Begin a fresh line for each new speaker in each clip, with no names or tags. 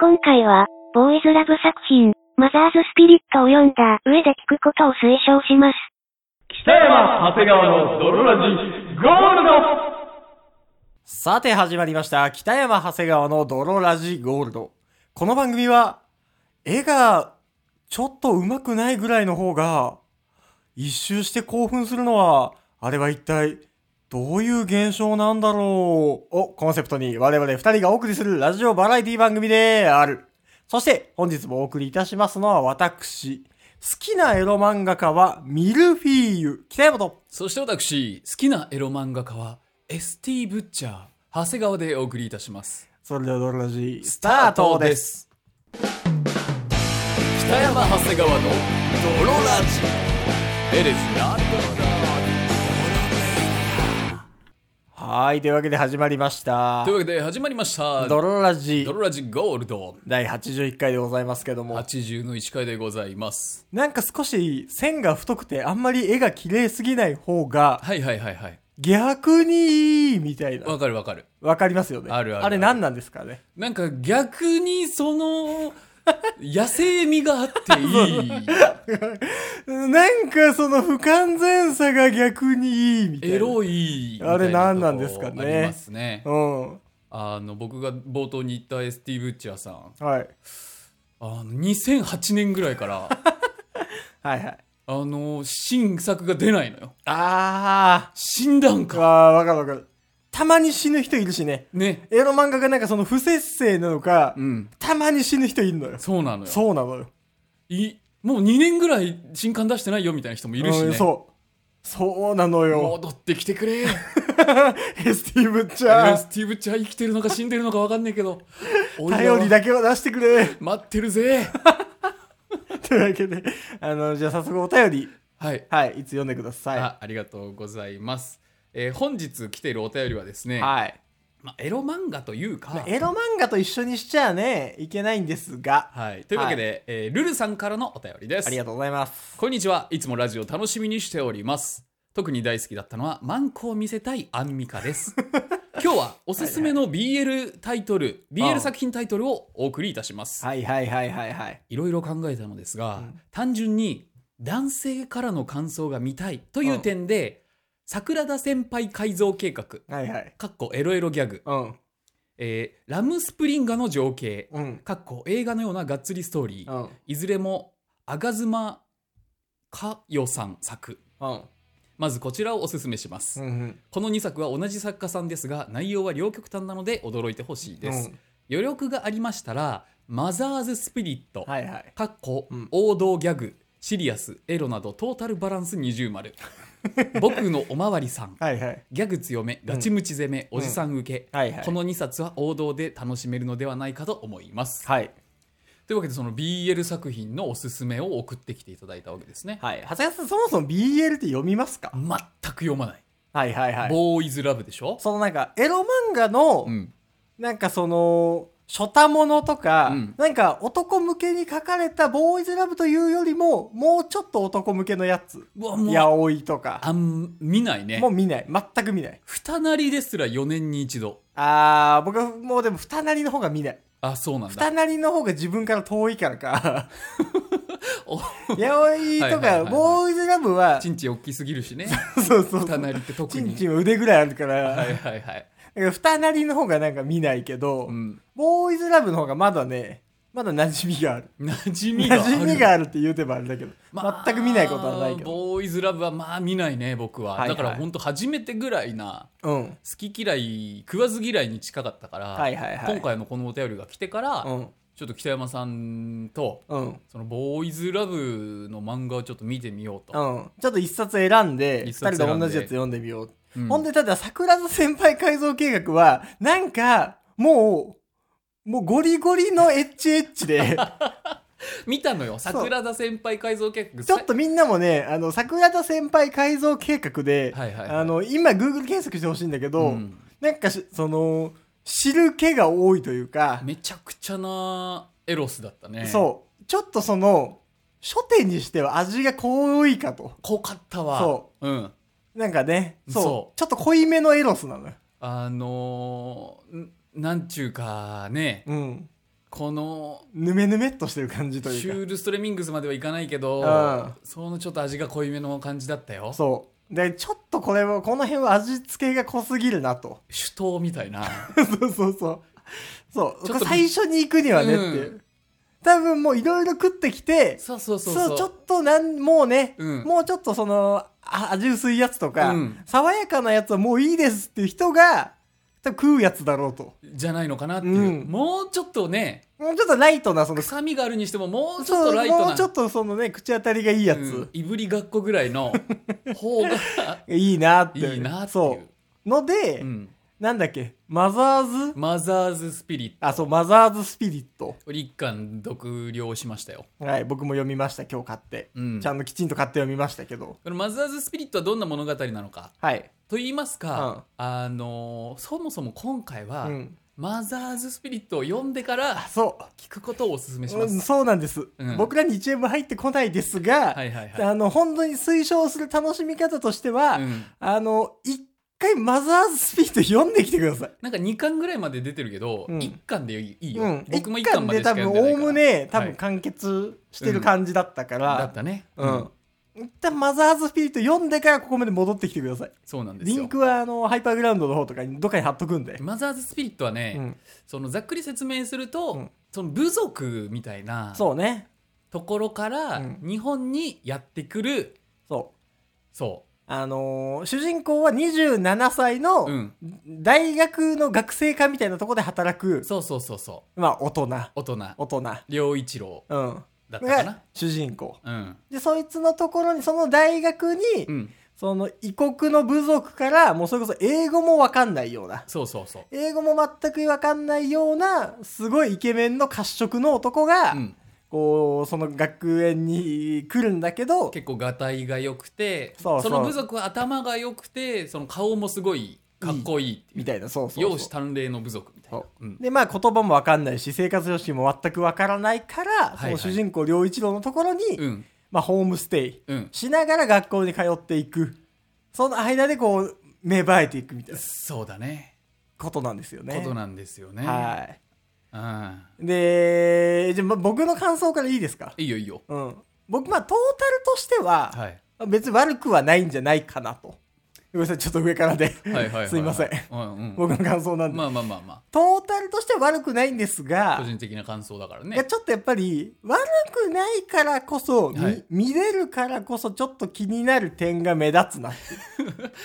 今回は、ボーイズラブ作品、マザーズスピリットを読んだ上で聞くことを推奨します。
北山長谷川の泥ラジゴールド
さて始まりました。北山長谷川の泥ラジゴールド。この番組は、絵がちょっと上手くないぐらいの方が、一周して興奮するのは、あれは一体、どういう現象なんだろうをコンセプトに我々二人がお送りするラジオバラエティ番組である。そして本日もお送りいたしますのは私。好きなエロ漫画家はミルフィーユ。北山と。
そして私、好きなエロ漫画家は ST ブッチャー、長谷川でお送りいたします。
それでは泥ラジ、ス
ス
タートです。。
北山長谷川の泥ラジ。エレスな
はい、というわけで始まりました
という。わけで始まりました。
ド
泥
ロラジ
ラジゴールド
第81回でございますけども、
80の1回でございます。
なんか少し線が太くてあんまり絵が綺麗すぎない方が
はいはいはいはい。
逆にいいみたいな。
わかるわかる。
わかりますよね。
あるあるある
あれ何なんですかね。
なんか逆にそ の、野生味があっていい。
なんかその不完全さが逆にいいみたいな。
エロいみたい
あれ何なん
とこ
ですかね
ありますね。
うん。
あの僕が冒頭に言った ST ブッチャーさん
はい。
あの2008年ぐらいから
はいはい。
あの新作が出ないのよ
あ
新段
ー。
階
わーわかるわかる。たまに死ぬ人いるしね。
ね
エロ漫画がなんかその不節制なのか、
うん
たまに死ぬ人いるのよ。
そうなのよ
そうなのよ。
いもう2年ぐらい新刊出してないよみたいな人もいるし
うん
ね
そう。そうなの よ。
戻ってきてくれ
ST ブッチャー。
ST ブッチャー生きてるのか死んでるのか分かんねえけど俺ら は
頼りだけは出してくれ。
待ってるぜ
というわけで、あの、じゃあ早速お便り、
はい
はい、いつ読んでくださ
あありがとうございます、えー本日来てるお便りはです
い。
ね、
はい。
まあ、エロ漫画というか
エロ漫画と一緒にしちゃね、いけないんですが、
はい、というわけで、えールルさんからのお便りです
ありがとうございます。
こんにちはいつもラジオ楽しみにしております特に大好きだったのはマンコを見せたいアンミカです 今日はおすすめの BL タイトル
ああ
BL 作品タイトルをお送りいたします、
はいはいはいはいはい。
いろいろ考えたのですが、
うん
単純に男性からの感想が見たいとい
ああ
う点で桜田先輩改造計画
はいはい。
かっこエロエロギャグ、
うん。
えーラムスプリンガの情景
うん。
かっこ映画のようながっつりストーリー、
うん。
いずれも、あがずまかよさん作。
うん。
まずこちらをおすすめします。
うん。
この2作は同じ作家さんですが、内容は両極端なので驚いてほしいです。
うん
余力がありましたら、マザーズスピリット、
はいはい。
かっこ
うん
王道ギャグ、シリアス、エロなどトータルバランス20丸。 僕のおまわりさん、
はいはい。
ギャグ強め、ガチムチ攻め、おじさん受け。
はいはい。
この2冊は王道で楽しめるのではないかと思います。
はい。
というわけでその BL 作品のおすすめを送ってきていただいたわけですね、
はい。長谷川さん、そもそも BL って読みますか
全く読まない、
はいはいはい。
ボーイズラブでしょ
そのなんか、エロ漫画の、
うん
なんかその、初多ものとか、
うん
なんか男向けに書かれたボーイズラブというよりも、もうちょっと男向けのやつ。
うわもう
やおいとか。
あん見ないね
もう見ない。全く見ない。
ふたなりですら4年に一度
あー、僕はもうでも、二なりの方が見ない。
あそうなんだ
二なりの方が自分から遠いからか。
お
やおい
はい
と
はいはい
か、
はい
ボーイズラブは、
ちんちん大きすぎるしね
そうそう
ふ
そ
た
う。
なりって特
ちん
に
ちんは腕ぐらいあるから、
はいはいは
だ
い、
から二なりの方がなんか見ないけど、
うん、
ボーイズラブの方がまだね、まだ馴染みがある。
馴染みがあ
馴
る
染みがあるって言うてもあれだけど、全く見ないことはないけど。
ボーイズラブはまあ見ないね僕は、
はいはい
だから本当初めてぐらいな
うん。
好き嫌い食わず嫌いに近かったから、
はいはいはい。
今回のこのお便りが来てから、
うん。
ちょっと北山さんと
うん。
そのボーイズラブの漫画をちょっと見てみよう
う
と、
ん、ちょっと一冊選んで、二
一
人
冊
で
選んで
同じやつ読んでみよう。
うん
ほんで、ただ、桜田先輩改造計画は、なんか、もう、もうゴリゴリのエッチエッチ で、
見たのよ桜田先輩改造計画
ちょっとみんなもね、あの、桜田先輩改造計画で、
はいはいはい
あの、今、Google 検索してほしいんだけど、
うん
なんかし、その、知る気が多いというか、
めちゃくちゃなエロスだったねう
そう。ちょっとその、書店にしては味が濃いかと。
濃かったわ、
そう
ん、
なんかね、そう。
そ
ちょっと濃いめのエロスなのよ。
あのーんなんちゅうかね
うん。
この
ぬめぬめっとしてる感じと
シ
いう
ュールストレミングスまではいかないけど、
うん
そのちょっと味が濃いめの感じだったよ
か。そう。で、ちょっとこれは、この辺は味付けが濃すぎるなと。
酒盗みたいな
そうそうそう。そう。
ちょっと
最初に行くにはねっていう。
うん
多分もういろいろ食ってきて、
そうそうそ
そうう
そう
ちょっとなん、もうね、
うん
もうちょっとその、あ味薄いやつとか、
うん
爽やかなやつはもういいですっていう人が、多分食うやつだろうと。
じゃないのかなっていう、
うん
もうちょっとね
もうちょっとライトな、その、
臭みがあるにしてももうちょっ
そ
と
う
ライトな
もうちょっとそのね、口当たりがいいやつ。
うんいぶりがっこぐらいの方 が
いいなって。
いいなってい
そうう。ので、
うん
なんだっけ、マザーズ
マザーズスピリッ
あ、そう、マザーズスピリット。
ト一巻読了しましたよ、
はい、僕も読みました、今日買って。
うん、
ちゃんときちんと買って読みましたけど。
このマザーズスピリットはどんな物語なのか
はい。
と言いますか、あのーそもそも今回は、
うん。
マザーズスピリットを読んでから
そ
聞くことをお勧めし
う。う
ます、
んそうなんです。
うん
僕らに一円も入ってこないですが、
はいはいはい、
あの、本当に推奨する楽しみ方としては、
うん、
あの、一回マザーズスピリット読んできてください。
なんか2巻ぐらいまで出てるけど、
うん
一1巻でいいよ、
うん。
僕も1
一
巻
巻
まで
で
しか
多
読
分、
んでない
お
か
お
ら
むね、多
は
分
い
完結してる感じだったから、
だったね
うん。一旦マザーズスピリット読んでからここまで戻ってきてください。
そうなんです
リ
よ
ンクはあの、ハイパーグラウンドの方とかにどっかに貼っとくんで。
マザーズスピリットはね、
うん。
そのざっくり説明すると、
うん
その部族みたいな
そうね。
ところから
うん
日本にやってくる
そう。
そ
あのー主人公は27歳の
う、うん、
大学の学生課みたいなところで働く、
そうそうそうそ
まあ大人。
う大人
大人。
良一郎
うん。
だったか
が
な
主人公。
うん、
で、そいつのところに、その大学に、
うん、
その異国の部族から、もうそれこそ英語もわかんないような、
そうそうそう、
英語も全くわかんないような、すごいイケメンの褐色の男が、
うん、
こう、その学園に来るんだけど、
結構がたいが良くて
そうそう
の部族は頭が良くてその顔もすごいかっこいいっていう
みたいな、そうそうそう。
容姿端麗の部族みたいな
そ、
うん、
でまあ言葉もわかんないし生活様式も全くわからないから、
い
その主人公良一郎のところに、
うん
まあ、ホームステイ
うん
しながら学校に通っていくその間でこう芽生えていくみたいな
そうだね
ことなんですよね。
ことなんですよね、
は
うん
い、でじゃあま僕の感想からいいですか、
いいよいいよ
うん、僕まあトータルとしては、
はい
別に悪くはないんじゃないかなと。ごめんなさいちょっと上からで、
はいはいはいは い
すいません、
うんうん、
僕の感想なんで、
まあまあまあま
トータルとしては悪くないんです
あ
が
個人的な感想だから
いや
ね
ちょっとやっぱり悪くないからこそ、み
はい
見れるからこそちょっと気になる点が目立つ なって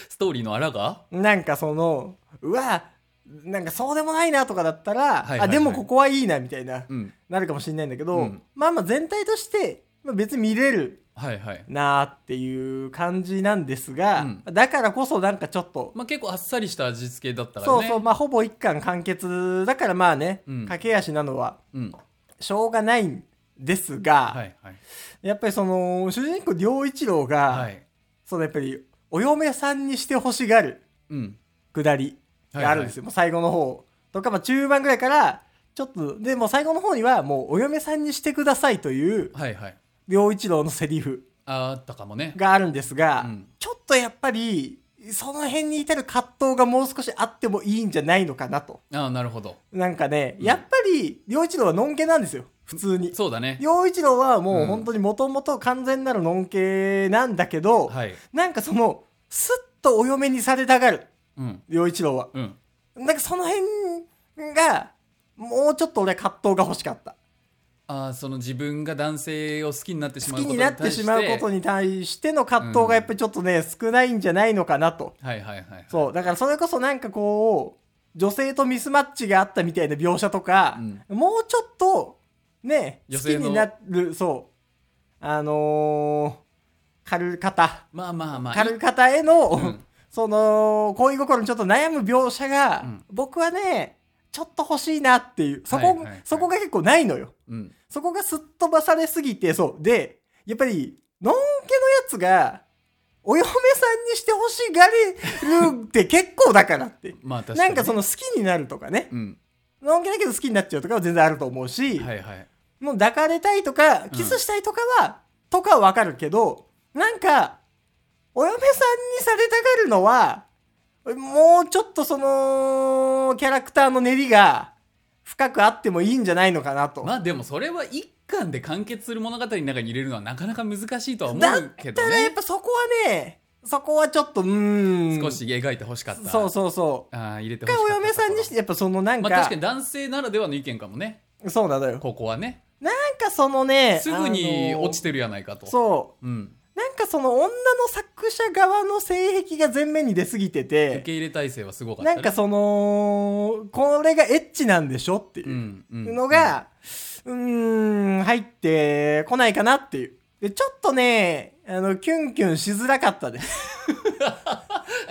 ストーリーのあらが
なんかそのうわなんかそうでもないなとかだったら、
はいはいはい
あでもここはいいなみたいな、
うん
なるかもしれないんだけど、
うん
まあまあ全体として、まあ、別に見れる
はいはい
なーっていう感じなんですが、
うん
だからこそなんかちょっと、
まあ結構あっさりした味付けだったからね
そうそうまあほぼ一巻完結だからまあね、
うん
駆け足なのは
うん
しょうがないんですが、
はいはい
やっぱりその主人公良一郎が、
はい
そのやっぱりお嫁さんにして欲しがる
うん
くだりがあるんですよ、もう最後の方とか、まあ、中盤ぐらいからちょっとでもう最後の方にはもうお嫁さんにしてくださいという
はいはい
良一郎のセリフ
あったかもね
があるんですが、
うん
ちょっとやっぱりその辺に至る葛藤がもう少しあってもいいんじゃないのかなと
ああなるほど
なんかね、
うん
やっぱり良一郎はのんけなんですよ普通に
そうだね
陽一郎はもううん本当にもともと完全なるのんけなんだけど、
はい
なんかその、すっとお嫁にされたがる、
うん
陽一郎は。
うん
なんかその辺が、もうちょっと俺葛藤が欲しかった。
ああその自分が男性を好きになってし
好
まう
き
こと
になってしまうこと
に
に対しての葛藤がやっぱりちょっとね、少ないんじゃないのかなと。
対してはいはいはい
そう。だからそれこそなんかこう、女性とミスマッチがあったみたいな描写とか、もうちょっと、ね、好
女
き
性の
になる、そう。あのー、軽方。
まあまあまあ
軽方への、
うん
その、恋心にちょっと悩む描写が、
うん
僕はね、ちょっと欲しいなっていう、そこ、
はいはいはい
そこが結構ないのよ。
うん
そこがすっ飛ばされすぎて、そう。で、やっぱり、のんけのやつが、お嫁さんにして欲しがれる って結構だからって。
まあ確か
な
に
んかその好きになるとかね。
うん
のんけだけど好きになっちゃうとかは全然あると思うし、
はいはい
もう抱かれたいとか、キスしたいとかは、とかはわかるけど、なんか、お嫁さんにされたがるのは、もうちょっとその、キャラクターの練りが、深くあってもいいんじゃないのかなと。
まあでもそれは一巻で完結する物語の中に入れるのはなかなか難しいとは思
だっ
うけど
たらやっ
ね
ぱそこはね、そこはちょっと、うーん。
少し描いてほしかった
そうそうそう。
あー入れてほし
一
か
回
っ
お
た
嫁さんにして、やっぱそのなんか、
まあ確かに男性ならではの意見かもね
そうなのよ。
ここはね
なんかそのね、
すぐに落ち
て
てるやないかと、
そう。
うん、
なんかその女の作者側の性癖が前面に出すぎて
受
て、
け入れ体制はすごかった、
な
ね、
んかその、これがエッチなんでしょっていううん
うん
のが、うーん、入ってこないかなっていう。で、ちょっとね、あの、キュンキュンしづらかったです。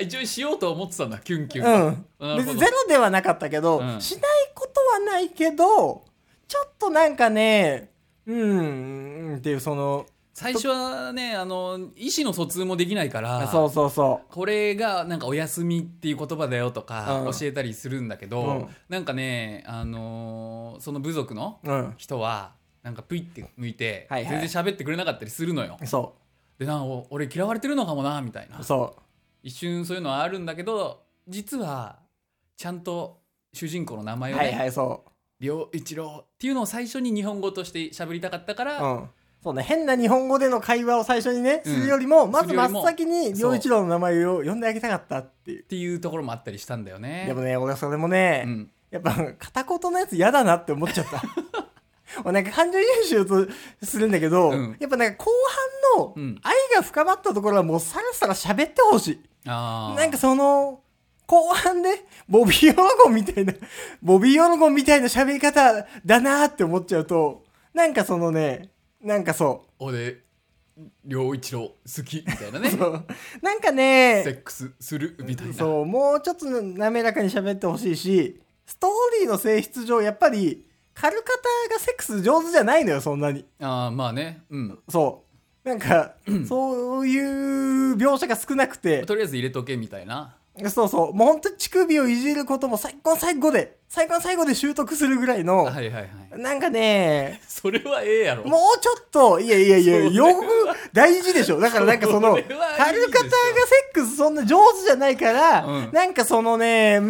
一応しようとは思ってたんだキュンキュン
う
は
ん。
なる
別
ほ
に
ど
ゼロではなかったけど、
うん
しないことはないけど、ちょっとなんかね、うーん、っていうその、
最初はねあの意思の疎通もできないから
そうそうそう。
これがなんかお休みっていう言葉だよとか
うん
教えたりするんだけど、
うん
なんかね、あのーその部族の
うん。
人はなんかプイって向いて
はいはい
全然喋ってくれなかったりするのよ、
そ
でなんかお俺嫌われてるのかもなみたいな
う。そ
一瞬そういうのはあるんだけど実はちゃんと主人公の名
う。
前を
はいは
ね
い、そ
良一郎っていうのを最初に日本語として喋りたかったか
う。
ら、
うん。そうね、変な日本語での会話を最初にね、
うん
するよりも、ますず
るよ
真
りも
っ先に、
そう
良一郎の名前を呼んであげたかったっていう
っ。ていうところもあったりしたんだよね。
でもね、俺それもね、
うん、
やっぱ、片言のやつ嫌だなって思っちゃった。 俺なんか感情移入とするんだけど、
うん
やっぱなんか後半
うん
の愛が深まったところはもうさらさら喋ってほしい。
あー
なんかその、後半で、ボビー・オロゴンみたいな、 ボビー・オロゴンみたいな喋り方だなーって思っちゃうと、なんかそのね、なんかそ
俺良一郎好きみたいなね
う、 そうなんか
セ
ね、
ックスするみたいな
そう、もうちょっと滑らかに喋ってほしいし、ストーリーの性質上、やっぱり、軽方がセックス上手じゃないのよ、そんなに。
ああまあねうん
そう。なん か、そういう描写が少なくて、
とりあえず入れとけみたいな
そうそう、もう本当に乳首をいじることも最高の最後で、最高の最後で習得するぐらいの、
はいはいはい
なんかね、
それはええやろ
もうちょっと、いやいやいや、よく大事でしょ。だからなんかその、軽
それ
方
は
が
いい
セックスそんな上手じゃないから、
うん
なんかそのね、うー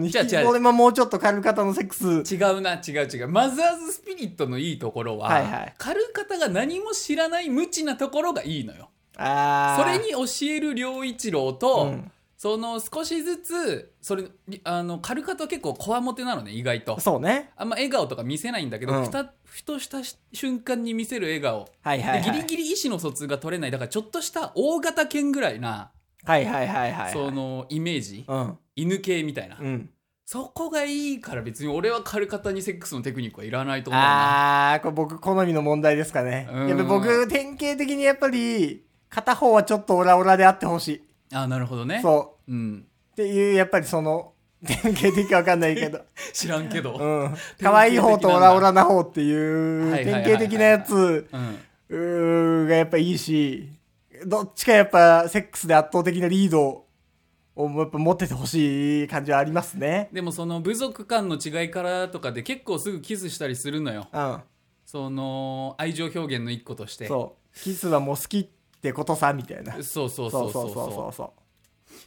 ん、
違う違う
俺ももうちょっと軽方のセックス、
違うな違う違うマザーズスピリットのいいところは、
はいはい
狩る方が何も知らない無知なところがいいのよ
あー
それ、に教える良一郎と、
うん
その少しずつそれあの狩る方結構こわもてなのね意外と
そうね。
あんま笑顔とか見せないんだけど、
うん
ふたふとしたし瞬間に見せる笑顔
はいはいはい。
でギリギリ意思の疎通が取れないだからちょっとした大型犬ぐらいな、
はいはいはいはい。
そのイメージ、
うん。
犬系みたいな、
うん。
そこがいいから別に俺は軽方にセックスのテクニックはいらないと思うな
あー、これ僕好みの問題ですかね。
うん
やっぱ僕、典型的にやっぱり、片方はちょっとオラオラであってほし
あーなるほどね、
い。そう
ん、
う。っていう、やっぱりその、典型的かわかんないけど。
知らんけど、うん
うん。可愛い方とオラオラな方っていう、
はいはいは
典
いはい
型的なやつ、うーがやっぱいいし、どっちかやっぱセックスで圧倒的なリードをやっぱ持っててほしい感じはありますね。
でもその部族間の違いからとかで結構すぐキスしたりするのよ
うん。
その愛情表現の一個として
そう。キスはもう好きってことさ、みたいな。
そうそ
そ
うそう
そ
うそう
そう
うそ
そううそ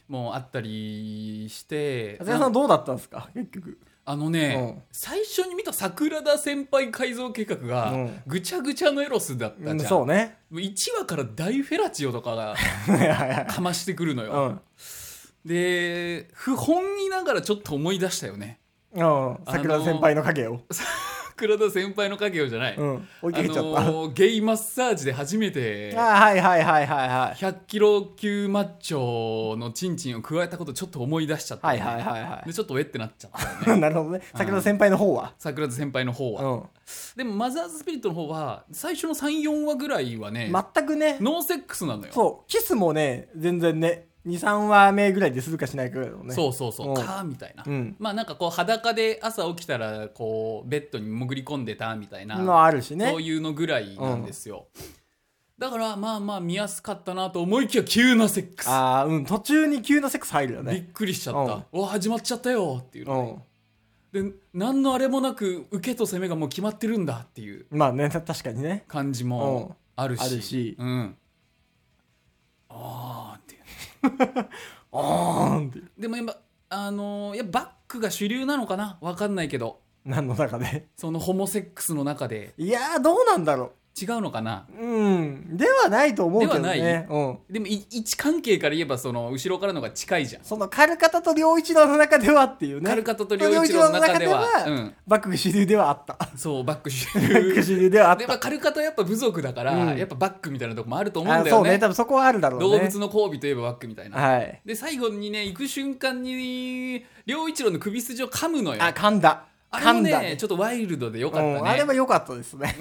う。
もうあったりして
長谷川さんどうだったんですか結局。
あのね、
うん
最初に見た桜田先輩改造計画
う
が
ん
ぐちゃぐちゃのエロスだったじゃん、
うんそう ね。
もう1話から大フェラチオとかが
はいはい
かましてくるのよ、
はい。
で不本意ながらちょっと思い出したよね
うん。うん。桜田先輩の影を。
桜田先輩の影をじゃない、
うん。追い
あ
かけちゃった。
のーゲイマッサージで初めて
あーはいはいはいはいはい。
100キロ級マッチョのチンチンを加えたことちょっと思い出しちゃった、
はいはいはいはい
でちょっとえってなっちゃったよ ね
なるほどね。先ほど先輩の方は。
桜田先輩の方は、
う
でもマザーズスピリットの方は最初の34話ぐらいはね、
ん。全くね。
ノーセックスなのよ
そう。キスもね、全然ね、2、3話目ぐらいでするかしないかぐらいのね。
そうそうそう
うん
かーみたいな、
うん
まあなんかこう裸で朝起きたらこうベッドに潜り込んでたみたいな、
のあるしね
そう。いうのぐらいなんですよ、だからまあまあ見やすかったなと思いきや急なセックス、
ああ、うん。途中に急なセックス入るよ
びっ
ね。
くりしちゃった、うわ始まっちゃったよっていう
う
の、
ん。
で何のあれもなく受けと攻めがもう決まってるんだっていう
まあね、た確かにね。
感じもあるし、
あるし
うんああっていう
あーんって。
でもやっぱあのーいやバックが主流なのかなわかんないけど
何の中で
そのホモセックスの中で
いやーどうなんだろ
違うのかな
ううんではないと思うけどね
ではない
うん、
でもい位置関係から言えばその後ろからのが近いじゃん、
そのカルカタと両一郎の中ではっていうね
カルカタと両一郎の中では
両一郎の中では
うん
バック主流ではあった
そうバックし
バック主流ではあっ
で
た
まあカルカタやっぱ部族だから、
うん
やっぱバックみたいなとこもあると思うん
あ
だ
そ
よ
う
ね
ね多分そこはあるだろうね
動物の交尾といえばバックみたいな、
はい
で最後にね行く瞬間に両一郎の首筋を噛むのよ
あ噛んだ
あれ
噛
も
ん
ね
だね
ちょっとワイルドでよかったね、
うん、あれは良かったです ね。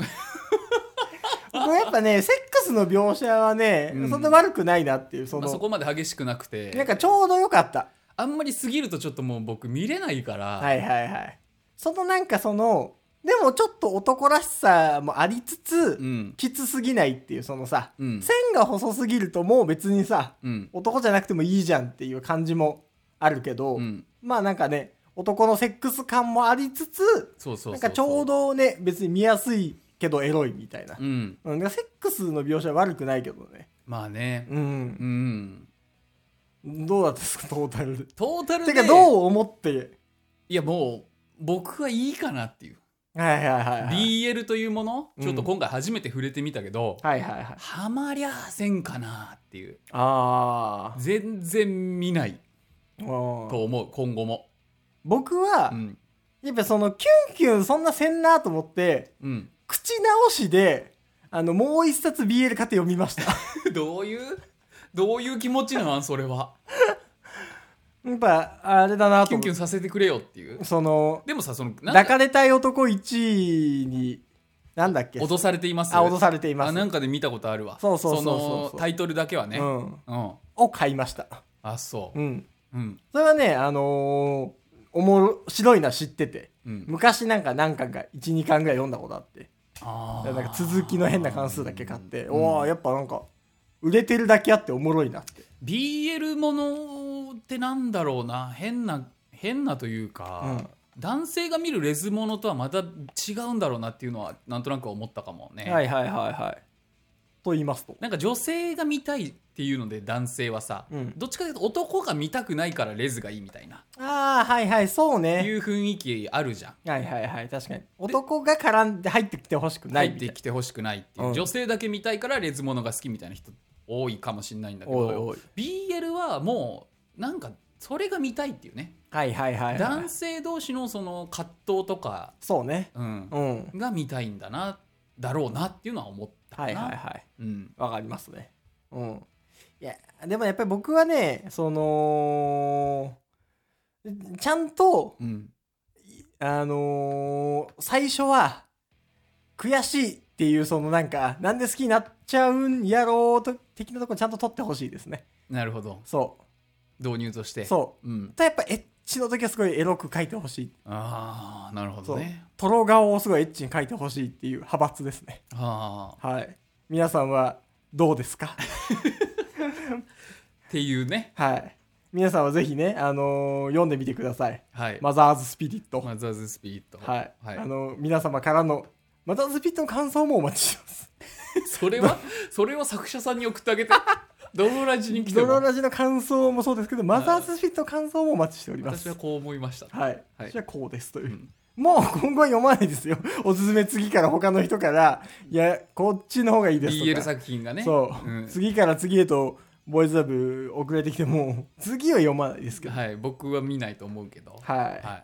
僕やっぱねセックスの描写はね、
うん
そんな悪くないなっていうそ
ま
の、
あ、そこまで激しくなくて
なんかちょうど良かった
あんまり過ぎるとちょっともう僕見れないから、
はいはいはいそのなんかそのでもちょっと男らしさもありつつ、
うん
きつすぎないっていうそのさ、
うん
線が細すぎるともう別にさ
うん
男じゃなくてもいいじゃんっていう感じもあるけど、
うん
まあなんかね男のセックス感もありつつ
そうそうそうそう
なんかちょうどね別に見やすいけどエロいみたいな
うん
うん、だからセックスの描写は悪くないけどね。
まあね
う。
うんん
どうだったですか、トータルで。
トータル
て
で
か、どう思って。
いやもう僕はいいかなっていう、
はいはいはいはい。
BL というもの
うん
ちょっと今回初めて触れてみたけど、
はいはいはい。
ハマりゃあせんかなっていう
あー
全然見ない
うん。
と思う今後も
僕は、
うん
やっぱその、キュンキュンそんなせんなと思って、
うん
口直しで、あの、もう一冊 BL 買って読みま した。
どういうどういう気持ちなんそれは
やっぱ、あれだな
キ
と
ュン
思っ
キュ
て
ン。させてくれよっていう
その、
でもさそのなん
抱
か
かれたい男1位に、なんだっけ
脅されています
あ、脅されていま
あ
す。
なんかで見たことあるわ
そうそうそうそう
のタイトルだけはね
う
うん、
ん。を買いました。
あそ
うん。
ううん
それはね、あのー、おも白いな知ってて、
うん
昔なんか何巻か、1、2巻ぐらい読んだことあって、
あ
な
ー
んか続きの変な関数だけ買って、
うん
おおやっぱなんか、売れてるだけあっておもろいなって。
BL ものってなんだろうな変な変なというか、男性が見るレズものとはまた違うんだろうなっていうのはなんとなく思ったかもね、
はいはいはいはい。と言いますと。
なんか女性が見たいっていうので男性はさ、
うん
どっちかというと男が見たくないからレズがいいみたいな
ああ、はいはい、そう
い
ね。
う雰囲気あるじゃん
はいはいはい、確かに。男が絡んで入ってきてほしくな
入
い
っ
みたい
て
な。
きてほしくないっていう、
うん
女性だけ見たいからレズものが好きみたいな人多いかもしれないんだけど
おいおい
BL はもうなんかそれが見たいっていうね
はいはいはい、は
男
い。
性同士のその葛藤とか、
そうね。
うん
うん。
が見たいんだなだろうなっていうのは思ったか
はい
な、
はいはい。
うん、
わかりますね。うん。いや、でもやっぱり僕はね、その、ちゃんと、
うん、
あのー最初は、悔しいっていう、そのなんか、なんで好きになっちゃうんやろうと、的なとこちゃんと取ってほしいですね。
なるほど
そ
導入として、
う。そう
ん
う。、とやっぱエッチの時はすごいエロく書いてほしい。
ああなるほ
そ
ど
う
ね。
トロ顔をすごいエッチに書いてほしいっていう派閥ですね。
ああ
はい。皆さんはどうですか
っていうね
はい。皆さんはぜひね、あのー読んでみてください。
はい
マザーズスピリット。
マザーズスピリット
はい。
はい
あの、皆様からの、マザーズスピリットの感想もお待ちしてます。
それはそれは作者さんに送ってあ げてドロラジに来て
ドロ
も
ラジの感想もそうですけど、マザーズスピリットの感想もお待ちしておりま
私
す
は。こう思いました、
はい。
はい
私はこうですという。
うん
もう今後は読まないですよ。おすすめ次から他の人から、いや、こっちの方がいいですとか。
BL 作品がね
そう、
ん
次から次へと、ボーイズラブ遅れてきても、次は読まないですけど。
はい、僕は見ないと思うけど、
は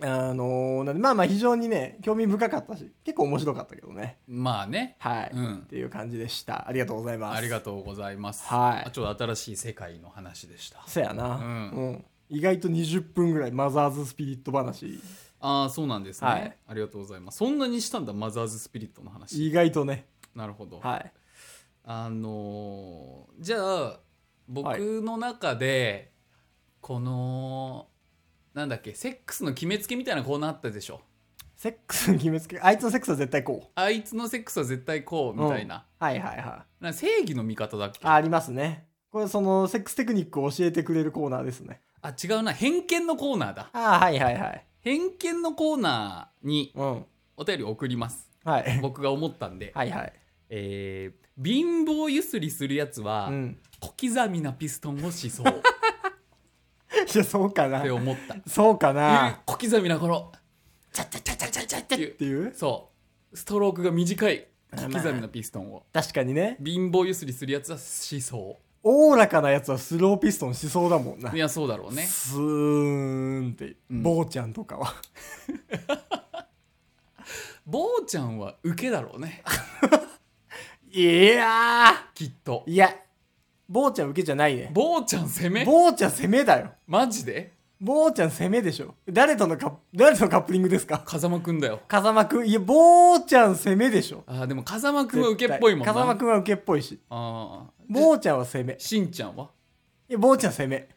い。
は
あのーなんで、まあまあ非常にね、興味深かったし、結構面白かったけどね。
い、まあね
はい、
うん
っていう感じでした。ありがとうございます。
ありがとうございます、
はい
あちょっと新しい世界の話でした
そやな、
うん
うん意外と20分ぐらいマザーズスピリット話
ああそうなんですね、
はい
ありがとうございますそんなにしたんだマザーズスピリットの話
意外とね
なるほど、
はい
あのーじゃあ僕の中で、このなんだっけセックスの決めつけみたいなコーナーあったでしょ
セックスの決めつけあいつのセックスは絶対こ
あいつのセックスは絶対こ
う
うみたいな,、、
うんはいはいはい
な正義の味方だっけ
あありますねこれそのセックステクニックを教えてくれるコーナーですね
あ違うな偏見のコーナーだ
ああはいはいはい
偏見のコーナーに
うんはい
お便りを送ります
はい
僕が思ったんで、
はいはい
えー貧乏ゆすりするやつは、
うん
小刻みなピストンをしそうっ
いやそうかな
て思った
そうかな
小刻みな頃
チャチャチャチャチャチャっていう。
そうストロークが短い小刻みなピストンを
確かにね。
貧乏ゆすりするやつはしそ
おおらかなやつはスローピストンしそうだもんな。
ういやそうだろうね
スーンって、
うん
坊ちゃんとかは。
坊ちゃんはウケだろうね
いや
きっと
ーいや、坊ちゃん受けじゃないね。
坊ちゃん攻め
坊ちゃん攻めだよ。
マジで
坊ちゃん攻めでしょ。誰とのカップ、誰とのカップリングですか
風間くんだよ
風間くん、いや、坊ちゃん攻めでしょ。
あーでも風間くんはウケっぽいも
絶
んな
対風間くんは受けっぽいし。
あー
坊ちゃんは攻め。い
しんちゃんは
や、坊ちゃん攻め。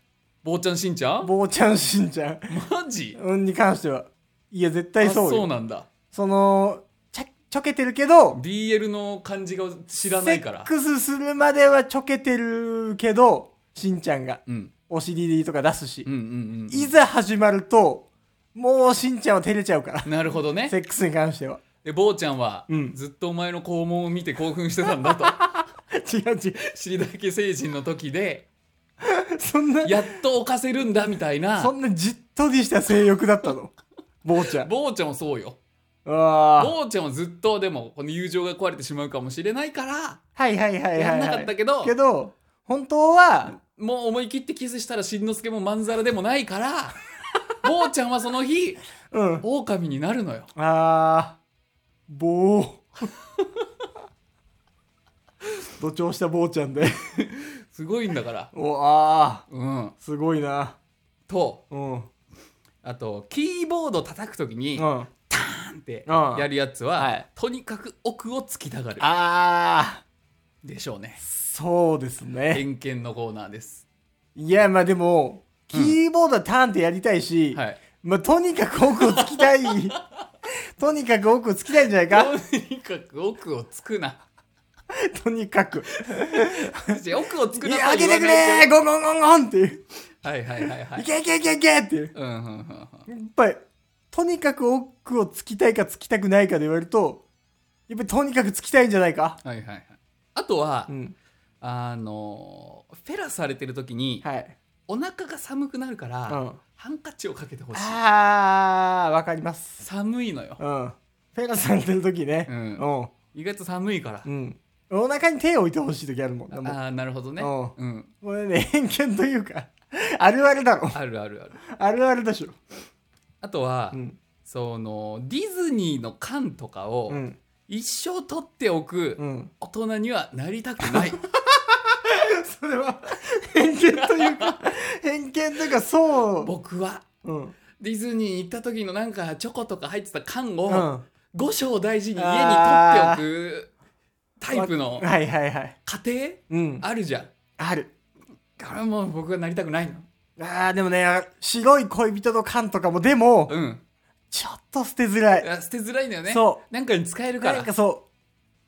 坊ちゃんしんちゃん
坊ちゃん、しんちゃん。
マジ
うんに関しては。いや、絶対
あ
そうよ。
そうなんだ
その、ちゃ、ちょけてるけど、
BL の感じが知らないから
セックスするまではちょけてるけど、しんちゃんが、
うん
お尻とか出すし、
うんうん
いざ始まると、もうしんちゃんは照れちゃうから
う、んなるほどね
セックスに関しては。
で坊ちゃんは、
うん
ずっとお前の肛門を見て興奮してたん だと
違う違
尻だけ成人の時で
う。そんな、
やっと犯せるんだみたいな
そんなじっとりした性欲だったの。坊ちゃん。
坊ちゃんもそうよ
ああ。
坊ちゃんはずっとでもこの友情が壊れてしまうかもしれないから
はいはいはいはい、はい。
やんなかったけど
けど、本当は、
もう思い切ってキスしたらしんのすけもまんざらでもないから 坊ちゃんはその日
うん。
狼になるのよ
ああ、棒。 土調した坊ちゃんで。
すごいんだから
おああ、
うん
すごいな。
と
うん。うん。
あとキーボード叩く時に
あ
パンって
うん
やるやつは、
はい
とにかく奥をつきたがる
あ、
でしょうね
そうですね。
偏見のコーナーです
いや、まあでも、キーボードはターンってやりたいし、
はい
まあとにかく奥をつきたい。 とにかく奥をつきたいんじゃないか
とにかく奥をつくな
とにかく。
私奥をつく
い
な
や、開け
言わ
て
な
くれ
い
ーゴンゴンゴンゴンっていう。
はいはいはいはいい
けいけいけいけっていう。
うんうんうんうん
やっぱり、とにかく奥をつきたいかつきたくないかで言われると、やっぱりとにかくつきたいんじゃないか
はいはいはいあとは、
うん。
あのフェラされてる時に、
はい。
お腹が寒くなるから、
うん
ハンカチをかけてほしい
あー、わかります。
寒いのよ
うん。フェラされてる時ね。
うん
うん。
意外と寒いから、
うん。お腹に手を置いてほしい時あるもんな。もう
ああなるほどね
うん
うん
これね、偏見というか、あるあるだろ。
あるあるある
あるあるだしょ。
あとは、
うん。
そのディズニーの缶とかを
うん。
一生取っておく
うん。
大人にはなりたく ない、
それは、偏見というか、偏見というか、そ
僕は
う。うん。
ディズニーに行った時のなんかチョコとか入ってた缶
う
を
ん。
五章大事に家
あ
に
ー
取っておくタイプの
はいはいはい。
家
うん。
庭あるじゃん
ある。
これはもう僕はなりたくないの
ああ、でもね、白い恋人の缶とかも、でも、
うん
ちょっと捨てづら
い
い。
や捨てづらいんだよね
そ
なんかに使えるか
な
ら
んかそ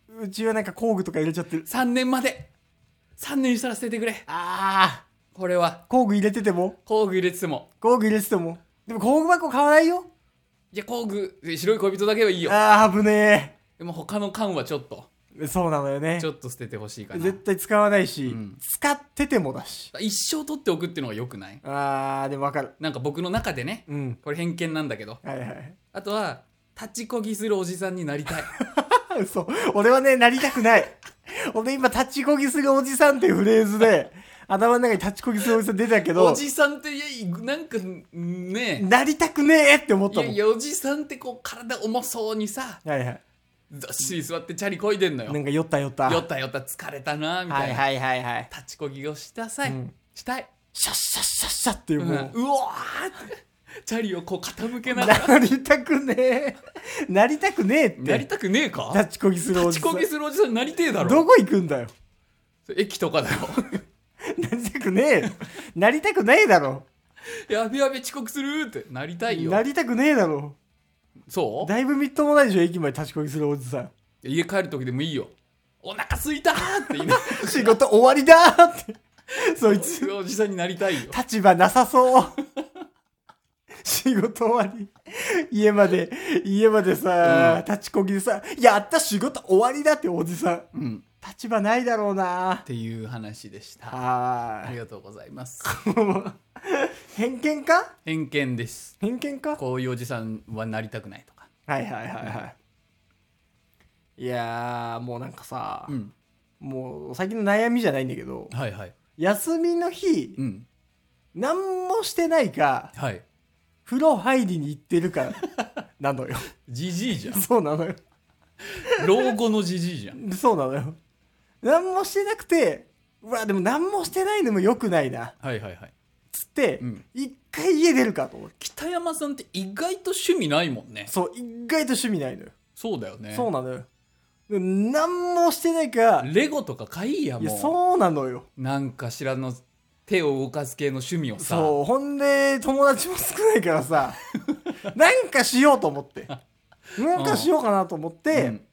う、うちはなんか工具とか入れちゃってる。
3年まで3年したら捨ててくれ
ああ、
これは
工具入れてても、
工具入れてても
工具入れてても。でも工具箱買わないよ。
いや工具白い恋人だけはいいよ
ああ、危ね
でも他の缶はちょっと
え。そうなのよね
ち。ょっと捨ててほしいかな
絶対使わないし、
ん
使っててもだし。
一生取っておくっていうのがよくない
ああ、でもわかる。
なんか僕の中でね
うん。
これ偏見なんだけど
はいはい。
あとは立ちこぎするおじさんになりたい
そう。俺はね、なりたくない。俺今、立ちこぎするおじさんっていうフレーズ で、頭の中に立ちこぎするおじさん出たけ
お
ど、
じさんっていやなんかね
なりたくねえって思っ
い
た
や
もん。
いやおじさんってこう体重そうにさ
はいはい。
ずっしり座ってチャリこいでんのよ
なんか酔った酔った。
よったよった疲れたなみたいな、
はいはいはいはい。
立ちこぎをしたさい、
うん
したい
シャッシャッシャッシャッっていう
う
も
ん、う
う、
わーってチャリをこう傾け ながら
なりたくねえ。なりたくねえって。
なりたくねえか
立ちこぎするお
立
じ
ち
さん。
こぎするおじさんになりてえだろ
どこ行くんだよ。
駅とかだよ
なりたくねえ。なりたくねえだろ。
やべやべ遅刻するってなりたいよ
なりたくねえだろ。
そう
だいぶみっともないでしょ、駅まで立ちこぎするおじさん。
家帰る時でもいいよお腹すいたーって言いながら
仕事終わりだーって。そいつ
そう。いうおじさんになりたいよ
立場なさそう。仕事終わり。家まで、家までさ、立ちこぎでさ、やった仕事終わりだっておじさん。
うん
立場ないだろうな
っていう話でしたあ
は
りがとうございます
ーい。 偏見か
偏見です
偏見か
こういうおじさんはなりたくないとか
はいはいはいはいいやーもうなんかさ、
うん
もう最近の悩みじゃないんだけど
はいはい
休みの日、
うん
何もしてないか
はい
風呂入りに行ってるか なのよ
じじいじゃ
そうなのよ
ん老後のじじいじゃ ん
そうなのよ何もしてなくてうわでも何もしてないのも良くないな
はいはいはい
つって、
うん
一回家出るかと思って
北山さんって意外と趣味ないもんね
そう意外と趣味ないのよ、
そうだよね
そうなのよで何もしてないか
レゴとか買いや
いや
もう
そうなのよ
なんかしらの手を動かす系の趣味をさ
そうほんで友達も少ないから さなんかしようと思ってなんかしようかなと思って、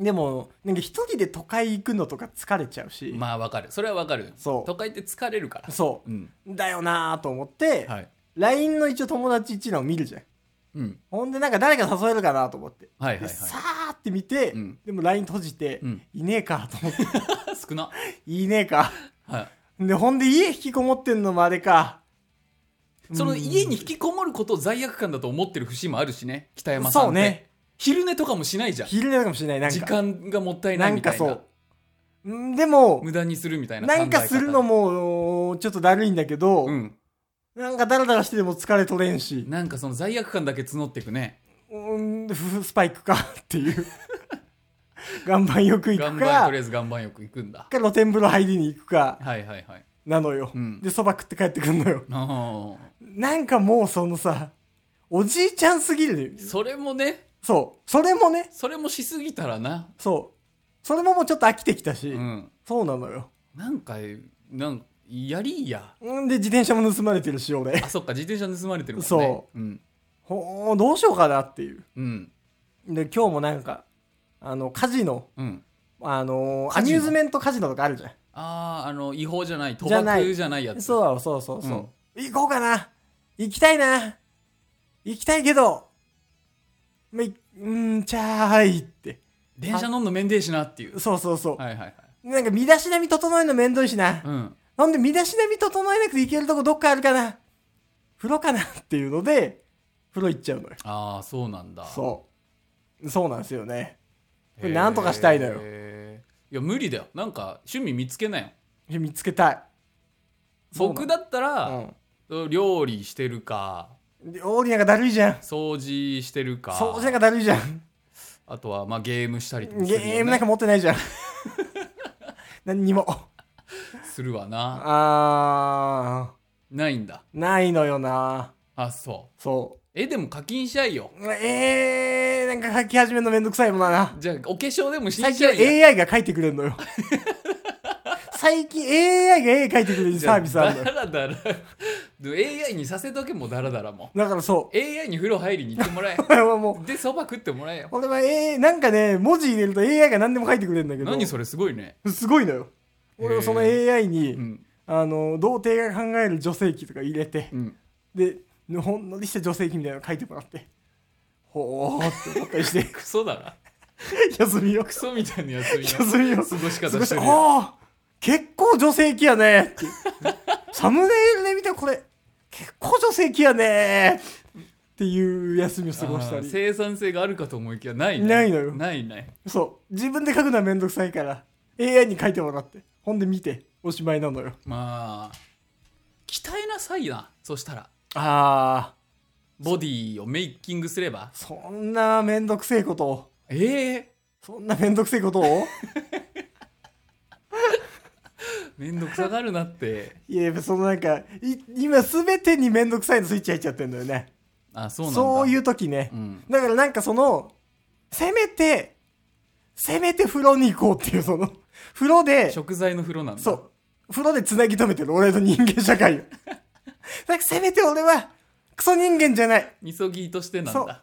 でもなんか一人で都会行くのとか疲れちゃうし、
うんまあわかるそれはわかる
そう
都会って疲れるから
そう
う、ん
だよなーと思って、
はい
LINE の一応友達一覧を見るじゃん
うん
ほんでなんか誰か誘えるかなと思って、
はいはい
でさ
は
ーって見て、
うん
でも LINE 閉じて、
うん
いねえかと思って
い少ない
ねえか
は
でほんで家引きこもってんのもあれか
いその家に引きこもることを罪悪感だと思ってる節もあるしね北山さんって
そうね
昼寝とかもしないじゃん
昼寝かもしれないなんか
時間がもったいないみたいな
なんかうんでも
無駄にするみたいな考え
な
方
んかするのもちょっとだるいんだけど、
うん
なんかダラダラしてでも疲れ取れんし、
なんかその罪悪感だけ募っていくね
うん、ふスパイクかっていう 岩盤よく行
岩
く
盤
か
とりあえず岩盤浴行くんだ
か露天風呂入りに行くか
はいはいはい
なのよ、
うん
でそば食って帰ってくんのよ
あ
なんかもうそのさおじいちゃんすぎる
ーそれもね
そうそれもね
それもしすぎたらな
そうそれももうちょっと飽きてきたし、
うん
そうなのよ
なんかなんかやりいや
んで自転車も盗まれてるし俺
あそっか自転車盗まれてるもんね
そう
うん
ほーどうしようかなっていう
うん
で今日もなんかあのカジノ
うん
あのー
カ
アミ
ジノ
ューズメントカジノとかあるじゃん
あああの違法じゃない賭
じゃない
博じゃないやつ
そうそうそうそう、行こうかな行きたいな行きたいけどまいうんちゃーいって
電車乗んの面でえしなっていう
そうそうそう、
はいはいはい
なんか身だしなみ整えるの面倒いしな、
うん
なんで身だしなみ整えなくて行けるとこどっかあるかな風呂かなっていうので風呂行っちゃうのよ
ああそうなんだ
そうそうなんですよね
う
これなんとかしたいのよ
いや無理だよなんか趣味見つけなよ
見つけたいそうなの
僕だった
う
ら、
ん
料理してるか
料理なんかだるいじゃん
掃除してるか
掃除なんかだるいじゃん
あとはまあゲームしたりとかす
ゲ
る,、ね、
ームなんか持ってないじゃん何にも
するわな
あ
ないんだ
ーないのよな
あそう
そ
えでも課金しちゃいよ
うえー、なんか書き始めるのめんどくさいもんな
じゃあお化粧でもし
最
ちゃいよ
近 AI が書いてくれるの よ最近 AI が絵描いてくれるサービスあるの
だ
よ
らだらでも AI にさせとけもうだらだらも
だからそう
AI に風呂入りに行ってもらえ
う俺はもう
でそば食ってもらえよ
俺は、えー、なんかね文字入れると AI が何でも書いてくれるんだけど
何それすごいね
すごいのよ俺はその AI に、
うん
あの童貞が考える女性器とか入れて、
うん
でほんのりした女性器みたいなの書いてもらってほーって思ったりして
クソだな
休みよ
クソみたいな休みの
休みよ
過ごし
過
方
ご
し
し
てるよ
おー結構女性器やねってサムネイルで見てこれ結構女性器やねっていう休みを過ごした
あー
り
生産性があるかと思いきやないね
ないのよ
ないない
そう自分で書くのはめんどくさいから AI に書いてもらってほんで見ておしまいなのよ
まあ鍛えなさいなそしたら
ああ
ボディをメイキングすれば
そんなめんどくせえことを
ええ
そんなめんどくせえこと を
めんどくさがるなって
いやそのなんかい今全てにめんどくさいのスイッチ入っちゃってんだよね
あそう
そ
な
うん
だ、
いうう時ね、
ん、
だからなんかそのせめてせめて風呂に行こうっていうその風呂で
食材の風呂なんだ
そう風呂でつなぎ止めてる俺の人間社会を だからせめて俺はクソ人間じゃない
みそぎとしてなん
そう
だ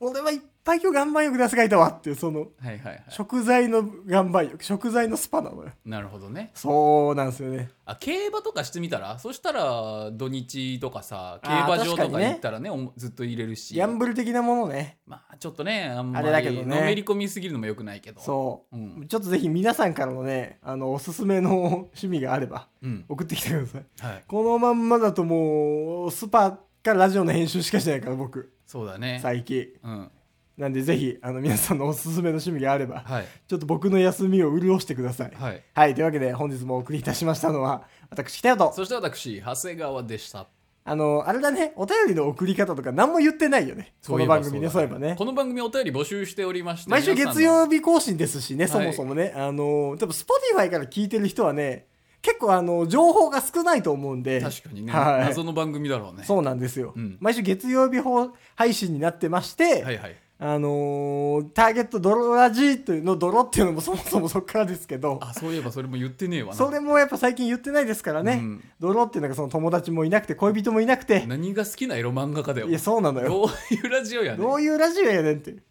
俺はいっぱい今日岩盤浴出すがいたわっていう、その、
はいはいはい
食材の岩盤浴、食材のスパなのよ。
なるほどね
そうなんですよね。
あ競馬とかしてみたらそしたら土日とかさ競馬場と
あー確か
か
にね
行ったらねおずっと入れるし
ギャンブル的なものね。
まあちょっとねあんま
あれだけど
り
ね
のめり込みすぎるのもよくないけど
そうう。
ん
ちょっとぜひ皆さんからのね、あの、おすすめの趣味があれば、
うん
送ってきてください。
はい
このまんまだともう、スパからラジオの編集しかしてないから、僕、
そうだね
最近。
うん
なんでぜひ、あの、皆さんのおすすめの趣味があれば、
はい
ちょっと僕の休みを潤してください。
はい
はい、というわけで本日もお送りいたしましたのは、私、北谷と、
そして私長谷川でした
あの、あれだね、お便りの送り方とか何も言ってないよね。この番組ね、そういえばね
こ。の番組お便り募集しておりまして
毎週
皆さんの
月曜日更新ですしね、
い
そもそもね。あの、多分 Spotify から聞いてる人はね、結構あの、情報が少ないと思うんで。
確かにね、
はい。
謎の番組だろうね
そうなんですよ、
うん
毎週月曜日放配信になってまして、
はいはい
あのーターゲットドロラジーというの、ドロっていうのもそもそもそっからですけど、
あそういえばそれも言ってねえわな
それもやっぱ最近言ってないですからね、
うん
ドロっていうのがその友達もいなくて恋人もいなくて、
何が好きなエロ漫画家だよ
いや、そうなのよ。
どういうラジオやねん
どういうラジオやねんっていう。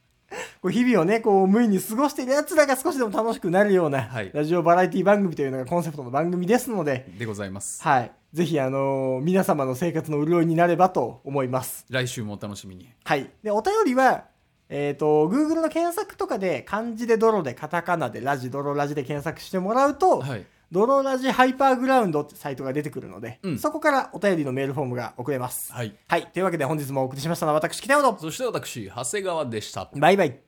こう日々をね、こう無意に過ごしている奴らが少しでも楽しくなるような、
はい
ラジオバラエティ番組というのがコンセプトの番組ですので、
でございます
はい。ぜひ、あのー皆様の生活の潤いになればと思います。
来週もお楽しみに
はい。で、お便りは、えっ、と、Google の検索とかで、漢字で泥で、カタカナでラジ、泥ラジで検索してもらうと、
はい
泥ラジハイパーグラウンドってサイトが出てくるので、
うん
そこからお便りのメールフォームが送れます。
はい
はい。というわけで本日もお送りしましたのは私、北野と、
そして私長谷川でした
バイバイ。